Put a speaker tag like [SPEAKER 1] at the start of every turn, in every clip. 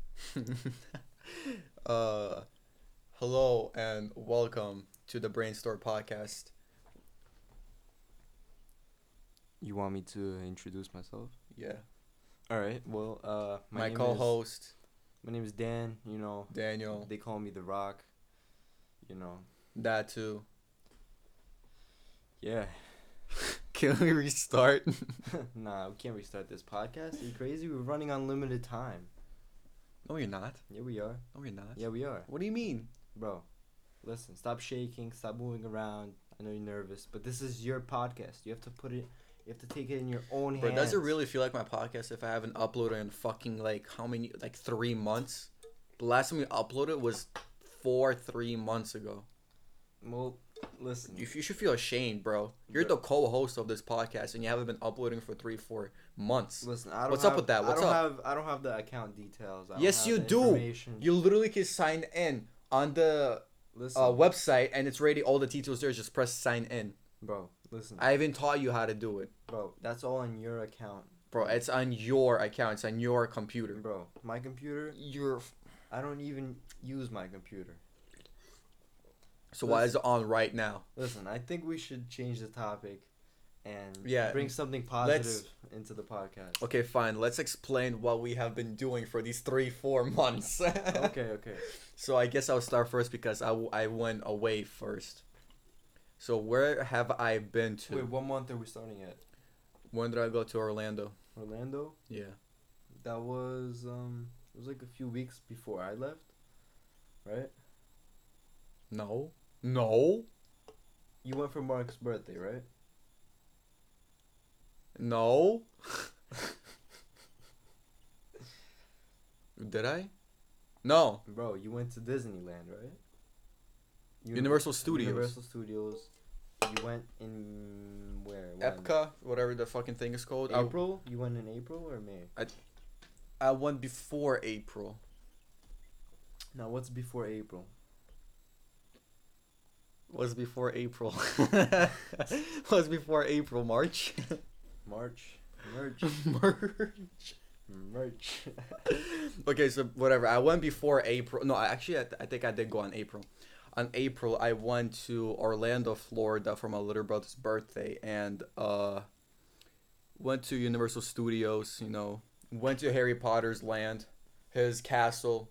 [SPEAKER 1] uh, hello and welcome to the Brainstorm podcast.
[SPEAKER 2] You want me to introduce myself?
[SPEAKER 1] Yeah,
[SPEAKER 2] All right. Well, uh,
[SPEAKER 1] my,
[SPEAKER 2] name
[SPEAKER 1] co-host
[SPEAKER 2] Is, my name is Dan. You know,
[SPEAKER 1] Daniel.
[SPEAKER 2] they call me the Rock. You know,
[SPEAKER 1] That too.
[SPEAKER 2] yeah.
[SPEAKER 1] Can we restart?
[SPEAKER 2] nah, we can't restart this podcast. Are you crazy? We're running on limited time.
[SPEAKER 1] no, you're not.
[SPEAKER 2] Yeah, we are.
[SPEAKER 1] No, you're not.
[SPEAKER 2] Yeah, we are,
[SPEAKER 1] What do you mean?
[SPEAKER 2] bro. Listen, stop shaking. Stop moving around. I know you're nervous, but this is your podcast. You have to put it. You have to take it in your own hands.
[SPEAKER 1] Bro, does it really feel like my podcast if I haven't uploaded in fucking like how many like three months? The last time we uploaded was four three months ago.
[SPEAKER 2] Well, listen.
[SPEAKER 1] You, you should feel ashamed, bro. You're
[SPEAKER 2] Bro.
[SPEAKER 1] the co-host of this podcast and you haven't been uploading for three four months.
[SPEAKER 2] Listen, I don't
[SPEAKER 1] What's up
[SPEAKER 2] have-
[SPEAKER 1] with that? What's
[SPEAKER 2] I don't
[SPEAKER 1] up?
[SPEAKER 2] have I don't have the account details. I don't
[SPEAKER 1] Yes,
[SPEAKER 2] have
[SPEAKER 1] you
[SPEAKER 2] the
[SPEAKER 1] do.
[SPEAKER 2] information.
[SPEAKER 1] You literally can sign in on the uh,
[SPEAKER 2] listen,
[SPEAKER 1] website and it's already all the details there. Just press sign in.
[SPEAKER 2] bro. Listen,
[SPEAKER 1] I even taught you how to do it,
[SPEAKER 2] bro. That's all on your account,
[SPEAKER 1] bro. It's on your account. It's on your computer.
[SPEAKER 2] bro. My computer.
[SPEAKER 1] Your
[SPEAKER 2] I don't even use my computer.
[SPEAKER 1] so why is it on right now?
[SPEAKER 2] Listen, I think we should change the topic, and
[SPEAKER 1] Yeah,
[SPEAKER 2] bring something positive
[SPEAKER 1] let's-
[SPEAKER 2] into the podcast.
[SPEAKER 1] Okay, fine. Let's explain what we have been doing for these three four months.
[SPEAKER 2] okay, okay.
[SPEAKER 1] So I guess I'll start first because I, w- I went away first. So where have I been to?
[SPEAKER 2] Wait, what month are we starting at?
[SPEAKER 1] when did I go to Orlando?
[SPEAKER 2] Orlando.
[SPEAKER 1] Yeah.
[SPEAKER 2] That was um. It was like a few weeks before I left, right?
[SPEAKER 1] No. No.
[SPEAKER 2] You went for Mark's birthday, right?
[SPEAKER 1] No. did I? No.
[SPEAKER 2] Bro, you went to Disneyland, right? Uni-
[SPEAKER 1] Universal Studios.
[SPEAKER 2] Universal Studios. You went in where? when?
[SPEAKER 1] Epcot, whatever the fucking thing is called. I,
[SPEAKER 2] April? You went in April or May?
[SPEAKER 1] I went before April.
[SPEAKER 2] Now, what's before April?
[SPEAKER 1] Was before April. Was before April, March.
[SPEAKER 2] March. March.
[SPEAKER 1] March.
[SPEAKER 2] March.
[SPEAKER 1] okay, so whatever. I went before April. No, I actually, I, th- I think I did go on April. On April, I went to Orlando, Florida for my little brother's birthday and uh, went to Universal Studios, you know, went to Harry Potter's land, his castle,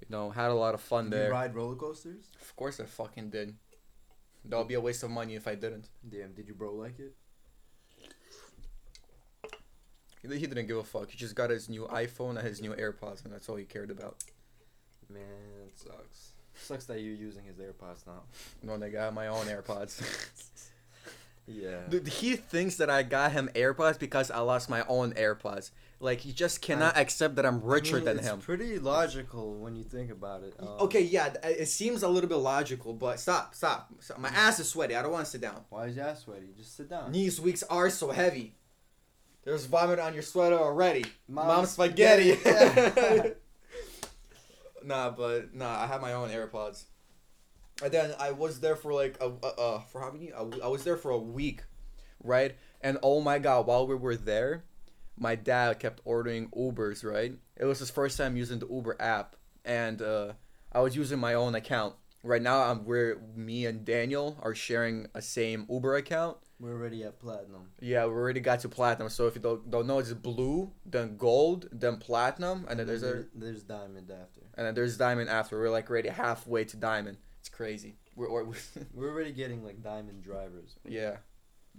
[SPEAKER 1] you know, had a lot of fun
[SPEAKER 2] Did
[SPEAKER 1] there.
[SPEAKER 2] you ride roller coasters?
[SPEAKER 1] Of course I fucking did. That would be a waste of money if I didn't.
[SPEAKER 2] Damn, did you bro like it?
[SPEAKER 1] He he didn't give a fuck. He just got his new iPhone and his new AirPods, and that's all he cared about.
[SPEAKER 2] Man, it sucks. Sucks that you're using his AirPods now.
[SPEAKER 1] No, nigga, I have my own AirPods.
[SPEAKER 2] Yeah.
[SPEAKER 1] Dude, he thinks that I got him AirPods because I lost my own AirPods. Like he just cannot accept that I'm richer
[SPEAKER 2] I mean,
[SPEAKER 1] than
[SPEAKER 2] it's
[SPEAKER 1] him.
[SPEAKER 2] pretty logical when you think about it. Um,
[SPEAKER 1] okay, yeah, th- it seems a little bit logical, but stop, stop. stop. My ass is sweaty. I don't want to sit down.
[SPEAKER 2] Why is your ass sweaty? Just sit down.
[SPEAKER 1] These weeks are so heavy. There's vomit on your sweater already. Mom,
[SPEAKER 2] Mom,
[SPEAKER 1] spaghetti.
[SPEAKER 2] spaghetti.
[SPEAKER 1] nah, but nah, I have my own AirPods. And then I was there for like a, a, a for how many? I, w- I was there for a week, right? And oh my god, while we were there, my dad kept ordering Ubers. Right? It was his first time using the Uber app, and uh, I was using my own account. Right now, I'm where me and Daniel are sharing a same Uber account.
[SPEAKER 2] We're already at platinum.
[SPEAKER 1] Yeah, we already got to platinum. So if you don't, don't know, it's blue, then gold, then platinum, and then there's a
[SPEAKER 2] there's diamond after.
[SPEAKER 1] and then there's diamond after. We're like already halfway to diamond. It's crazy. We're, or,
[SPEAKER 2] We're already getting like diamond drivers.
[SPEAKER 1] yeah,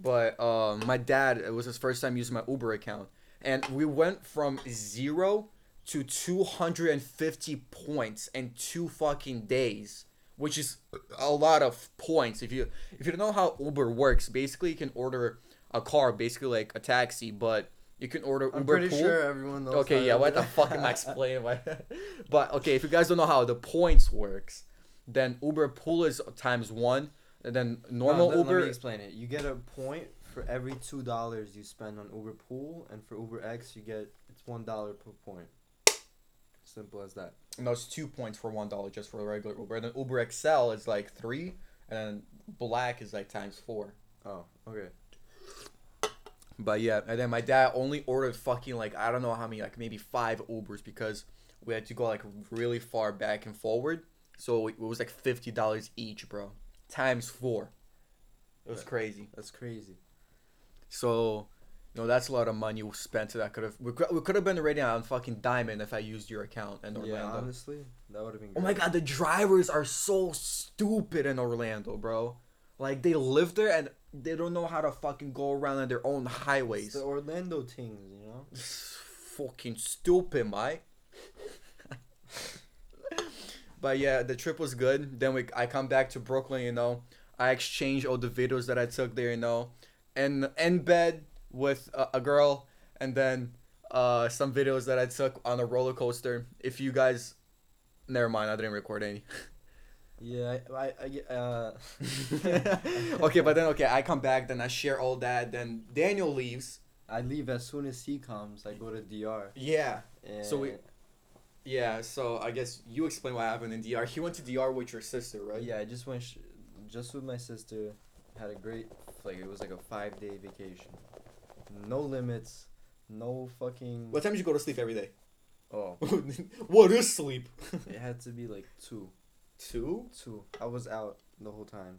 [SPEAKER 1] but um, my dad it was his first time using my Uber account, and we went from zero to two hundred and fifty points in two fucking days, which is a lot of points. If you if you don't know how Uber works, basically you can order a car, basically like a taxi, but you can order
[SPEAKER 2] I'm
[SPEAKER 1] Uber
[SPEAKER 2] pretty
[SPEAKER 1] Pool.
[SPEAKER 2] sure everyone knows.
[SPEAKER 1] Okay,
[SPEAKER 2] how
[SPEAKER 1] yeah,
[SPEAKER 2] to
[SPEAKER 1] what
[SPEAKER 2] do
[SPEAKER 1] the
[SPEAKER 2] that.
[SPEAKER 1] fuck am I explaining? Why? but okay, if you guys don't know how the points works, then Uber pool is times one, and then
[SPEAKER 2] No,
[SPEAKER 1] normal
[SPEAKER 2] let, Let
[SPEAKER 1] Uber.
[SPEAKER 2] me explain it. You get a point for every two dollars you spend on Uber Pool, and for Uber X, you get it's one dollar per point. Simple as that.
[SPEAKER 1] no, it's two points for one dollar just for a regular Uber, and then Uber XL is like three, and then black is like times four.
[SPEAKER 2] Oh, okay.
[SPEAKER 1] But yeah, and then my dad only ordered fucking like I don't know how many, like maybe five Ubers because we had to go like really far back and forward. So it was like fifty dollars each, bro. Times four. It was
[SPEAKER 2] Yeah.
[SPEAKER 1] crazy.
[SPEAKER 2] That's crazy.
[SPEAKER 1] So, you know, that's a lot of money we spent. That could have we could, we could have been already on fucking diamond if I used your account in Orlando.
[SPEAKER 2] Yeah, honestly, that would have been.
[SPEAKER 1] Oh my
[SPEAKER 2] great.
[SPEAKER 1] god, the drivers are so stupid in Orlando, bro. Like they live there and they don't know how to fucking go around on their own
[SPEAKER 2] It's
[SPEAKER 1] highways.
[SPEAKER 2] the Orlando things, you know.
[SPEAKER 1] fucking stupid, mate. but yeah, the trip was good. Then we I come back to Brooklyn, you know. I exchange all the videos that I took there, you know, and in bed with a, a girl, and then uh, some videos that I took on a roller coaster. If you guys, never mind, I didn't record any.
[SPEAKER 2] Yeah, I, I, I uh.
[SPEAKER 1] okay, but then okay, I come back, then I share all that. Then Daniel leaves.
[SPEAKER 2] I leave as soon as he comes. I go to DR.
[SPEAKER 1] Yeah,
[SPEAKER 2] And
[SPEAKER 1] So we- yeah. So I guess you explain what happened in DR. He went to DR with your sister, right?
[SPEAKER 2] Oh, Yeah, I just went, sh- just with my sister. Had a great, like it was like a five day vacation. No limits, no fucking.
[SPEAKER 1] What time did you go to sleep every day?
[SPEAKER 2] Oh,
[SPEAKER 1] what is sleep?
[SPEAKER 2] it had to be like two,
[SPEAKER 1] Two?
[SPEAKER 2] two. I was out the whole time.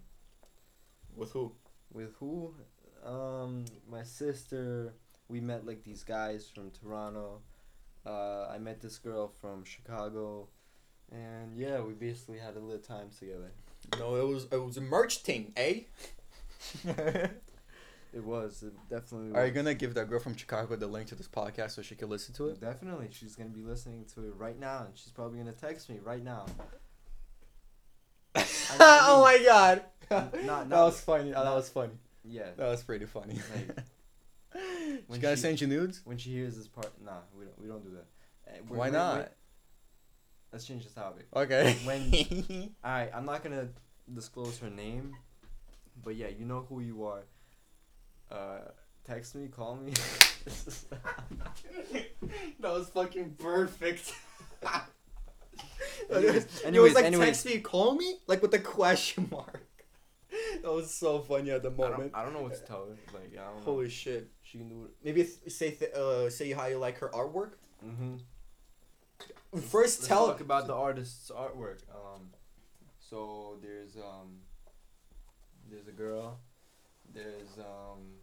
[SPEAKER 1] With who?
[SPEAKER 2] With who? Um, my sister. We met like these guys from Toronto. Uh, I met this girl from Chicago, and yeah, we basically had a lit time together.
[SPEAKER 1] No, it was it was a merch thing, eh?
[SPEAKER 2] It was. It definitely.
[SPEAKER 1] Are you
[SPEAKER 2] was.
[SPEAKER 1] gonna give that girl from Chicago the link to this podcast so she can listen to it?
[SPEAKER 2] Definitely, she's gonna be listening to it right now, and she's probably gonna text me right now.
[SPEAKER 1] oh my god!
[SPEAKER 2] Not- not-
[SPEAKER 1] that was funny. that
[SPEAKER 2] not-
[SPEAKER 1] was funny.
[SPEAKER 2] Yeah.
[SPEAKER 1] That was pretty funny.
[SPEAKER 2] Like,
[SPEAKER 1] she
[SPEAKER 2] when
[SPEAKER 1] gotta
[SPEAKER 2] she-
[SPEAKER 1] send you nudes?
[SPEAKER 2] When she hears this part, nah, we don't. We don't do that. Uh, we're-
[SPEAKER 1] Why
[SPEAKER 2] we're-
[SPEAKER 1] not?
[SPEAKER 2] we're- Let's change the topic.
[SPEAKER 1] Okay.
[SPEAKER 2] When- All right, I'm not gonna disclose her name, but yeah, you know who you are. Uh, text me, call me.
[SPEAKER 1] that was fucking perfect.
[SPEAKER 2] Anyways,
[SPEAKER 1] it was
[SPEAKER 2] anyways,
[SPEAKER 1] like
[SPEAKER 2] anyways.
[SPEAKER 1] text me, call me, like with a question mark. That was so funny at the
[SPEAKER 2] I
[SPEAKER 1] moment.
[SPEAKER 2] don't, I don't know what to tell her. Like, I don't know.
[SPEAKER 1] Holy shit!
[SPEAKER 2] She can do it.
[SPEAKER 1] Maybe th- say th- uh say how you like her artwork.
[SPEAKER 2] Mm-hmm.
[SPEAKER 1] First,
[SPEAKER 2] Let's
[SPEAKER 1] tell
[SPEAKER 2] talk about the artist's artwork. Um, so there's um, there's a girl. There's um.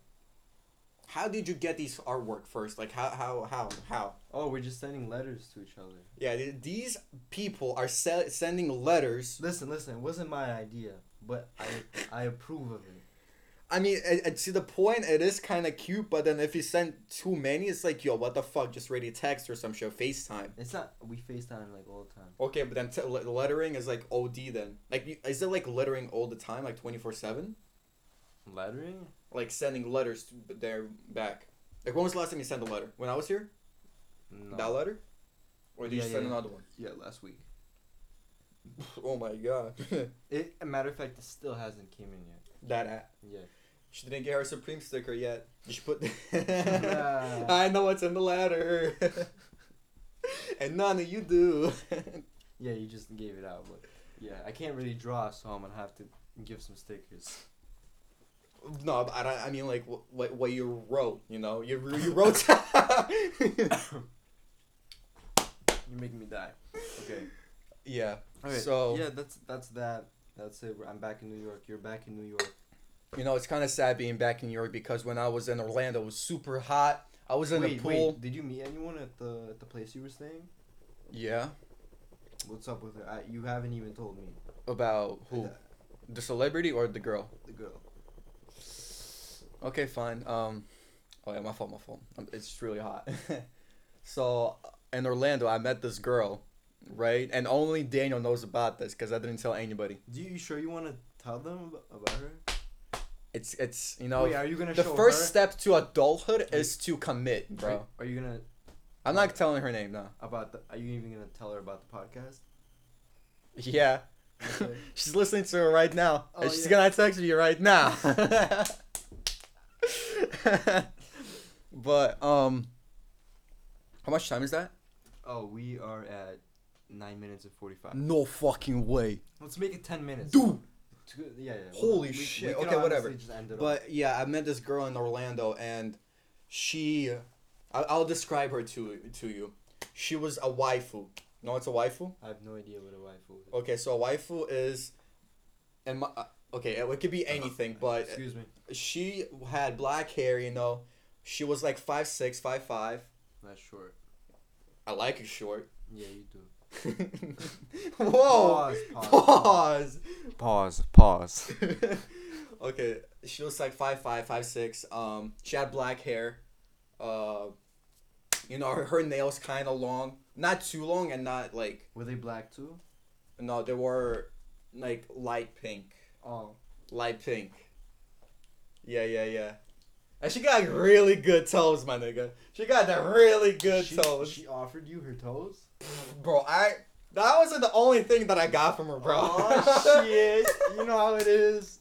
[SPEAKER 1] how did you get these artwork first? Like how how how how?
[SPEAKER 2] Oh, we're just sending letters to each other.
[SPEAKER 1] Yeah, th- these people are se- sending letters.
[SPEAKER 2] Listen, listen. It wasn't my idea, but I I approve of it.
[SPEAKER 1] I mean, I, I, to the point, it is kind of cute, but then if you send too many, it's like, yo, what the fuck? Just ready to text or some shit, FaceTime.
[SPEAKER 2] It's not we FaceTime like all the time.
[SPEAKER 1] Okay, but then t- le- lettering is like OD then. Like, you, is it like lettering all the time, like 24 7?
[SPEAKER 2] Lettering?
[SPEAKER 1] Like sending letters to b- their back. Like, when was the last time you sent a letter? When I was here?
[SPEAKER 2] No.
[SPEAKER 1] That letter? Or did
[SPEAKER 2] Yeah,
[SPEAKER 1] you
[SPEAKER 2] yeah,
[SPEAKER 1] send
[SPEAKER 2] yeah.
[SPEAKER 1] another one?
[SPEAKER 2] yeah, last week.
[SPEAKER 1] Oh my god.
[SPEAKER 2] It, a matter of fact, it still hasn't came in yet.
[SPEAKER 1] that ass.
[SPEAKER 2] Yeah.
[SPEAKER 1] She didn't get her Supreme sticker yet. You should put.
[SPEAKER 2] Yeah.
[SPEAKER 1] I know what's in the letter. and none of you do.
[SPEAKER 2] Yeah, you just gave it out, but yeah, I can't really draw, so I'm gonna have to give some stickers.
[SPEAKER 1] no, but I don't. I mean, like wh- what what you wrote. You know, you re- you wrote.
[SPEAKER 2] You're making me die. Okay.
[SPEAKER 1] yeah.
[SPEAKER 2] Okay.
[SPEAKER 1] So-
[SPEAKER 2] yeah, that's that's that. That's it. We're- I'm back in New York. You're back in New York.
[SPEAKER 1] You know, it's kind of sad being back in New York because when I was in Orlando, it was super hot. I was in the pool.
[SPEAKER 2] did you meet anyone at the at the place you were staying?
[SPEAKER 1] Yeah.
[SPEAKER 2] What's up with her? I, you haven't even told me.
[SPEAKER 1] About who?
[SPEAKER 2] The,
[SPEAKER 1] The celebrity or the girl?
[SPEAKER 2] the girl.
[SPEAKER 1] Okay, fine. Um, oh yeah, my fault, my fault. Um, It's just really hot. so uh, in Orlando, I met this girl, right? And only Daniel knows about this because I didn't tell anybody.
[SPEAKER 2] Do you, you sure you want to tell them ab- about her?
[SPEAKER 1] It's it's you know
[SPEAKER 2] Wait, are you gonna
[SPEAKER 1] the
[SPEAKER 2] show
[SPEAKER 1] first
[SPEAKER 2] her?
[SPEAKER 1] step to adulthood is to commit, bro.
[SPEAKER 2] Are, are you gonna
[SPEAKER 1] I'm not telling her name now.
[SPEAKER 2] about the? Are you even gonna tell her about the podcast?
[SPEAKER 1] Yeah.
[SPEAKER 2] Okay.
[SPEAKER 1] she's listening to her right now.
[SPEAKER 2] Oh,
[SPEAKER 1] and she's
[SPEAKER 2] yeah.
[SPEAKER 1] gonna text me right now. but um how much time is that?
[SPEAKER 2] Oh, we are at nine minutes and forty-five.
[SPEAKER 1] No fucking way.
[SPEAKER 2] Let's make it ten minutes,
[SPEAKER 1] Dude,
[SPEAKER 2] Two- Yeah, yeah. well,
[SPEAKER 1] Holy
[SPEAKER 2] we-
[SPEAKER 1] shit,
[SPEAKER 2] could
[SPEAKER 1] okay, whatever.
[SPEAKER 2] honestly just end it
[SPEAKER 1] But yeah, I met this girl in Orlando, and she, I, I'll describe her to to you. She was a waifu. No, it's a waifu.
[SPEAKER 2] I have no idea what a waifu is.
[SPEAKER 1] Okay, so a waifu is, and my, uh, okay, it, it could be anything, but
[SPEAKER 2] Uh, Excuse me.
[SPEAKER 1] she had black hair. You know, she was like five six, five five.
[SPEAKER 2] That's short.
[SPEAKER 1] I like it short.
[SPEAKER 2] Yeah, you do.
[SPEAKER 1] Whoa!
[SPEAKER 2] Pause, pause.
[SPEAKER 1] Pause.
[SPEAKER 2] Pause. Pause.
[SPEAKER 1] okay, she was like five five, five six. Um, she had black hair. Uh, you know, her, her nails kind of long, not too long, and not like
[SPEAKER 2] Were they black too?
[SPEAKER 1] no, they were like light pink,
[SPEAKER 2] Oh.
[SPEAKER 1] light pink. Yeah, yeah, yeah. And she got really good toes, my nigga. She got the really good
[SPEAKER 2] she,
[SPEAKER 1] toes,
[SPEAKER 2] She offered you her toes.
[SPEAKER 1] bro. I that wasn't the only thing that I got from her, bro.
[SPEAKER 2] Oh shit! You know how it is.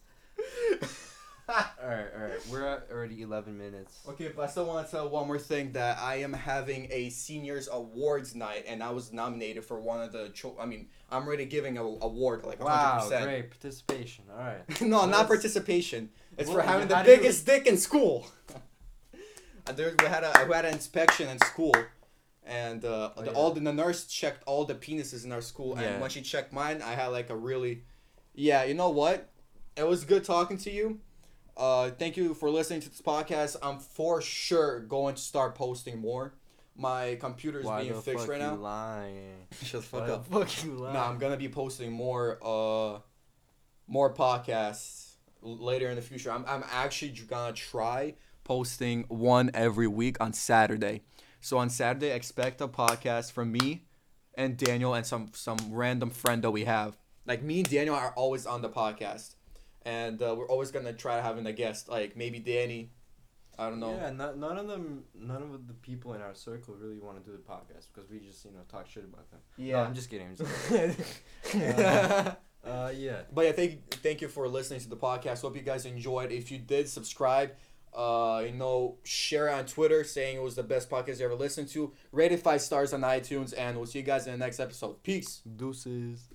[SPEAKER 2] All right, all right. We're at already eleven minutes.
[SPEAKER 1] Okay, but I still want to tell one more thing that I am having a seniors awards night, and I was nominated for one of the. Cho- I mean, I'm already giving a award like 100.
[SPEAKER 2] Wow,
[SPEAKER 1] percent.
[SPEAKER 2] great participation. All right.
[SPEAKER 1] no,
[SPEAKER 2] Well,
[SPEAKER 1] not
[SPEAKER 2] that's-
[SPEAKER 1] participation. It's for
[SPEAKER 2] Well,
[SPEAKER 1] having
[SPEAKER 2] how
[SPEAKER 1] the
[SPEAKER 2] do you-
[SPEAKER 1] biggest dick in school. Uh, there, we had a we had an inspection in school, and uh,
[SPEAKER 2] Oh,
[SPEAKER 1] the,
[SPEAKER 2] yeah.
[SPEAKER 1] all the, the nurse checked all the penises in our school,
[SPEAKER 2] Yeah.
[SPEAKER 1] and when she checked mine, I had like a really, yeah, you know what? It was good talking to you. Uh, thank you for listening to this podcast. I'm for sure going to start posting more. My computer's
[SPEAKER 2] Why
[SPEAKER 1] being
[SPEAKER 2] the
[SPEAKER 1] fixed
[SPEAKER 2] fuck
[SPEAKER 1] right
[SPEAKER 2] you
[SPEAKER 1] now.
[SPEAKER 2] lying?
[SPEAKER 1] Shut the
[SPEAKER 2] Why
[SPEAKER 1] fuck
[SPEAKER 2] the
[SPEAKER 1] up.
[SPEAKER 2] fuck you lying?
[SPEAKER 1] Nah, I'm gonna be posting more uh more podcasts l- later in the future. I'm I'm actually j- gonna try posting one every week on Saturday. So on Saturday, expect a podcast from me and Daniel and some some random friend that we have. Like me and Daniel are always on the podcast, and uh, we're always gonna try having a guest. Like maybe Danny. I don't know.
[SPEAKER 2] Yeah, not, none of them, none of the people in our circle really want to do the podcast because we just, you know, talk shit about them. No, I'm just kidding. I'm just kidding. uh, uh, yeah.
[SPEAKER 1] But yeah, thank thank you for listening to the podcast. Hope you guys enjoyed. If you did, subscribe. Uh, you know, share it on Twitter saying it was the best podcast you ever listened to. Rate it five stars on iTunes, and we'll see you guys in the next episode. Peace.
[SPEAKER 2] Deuces.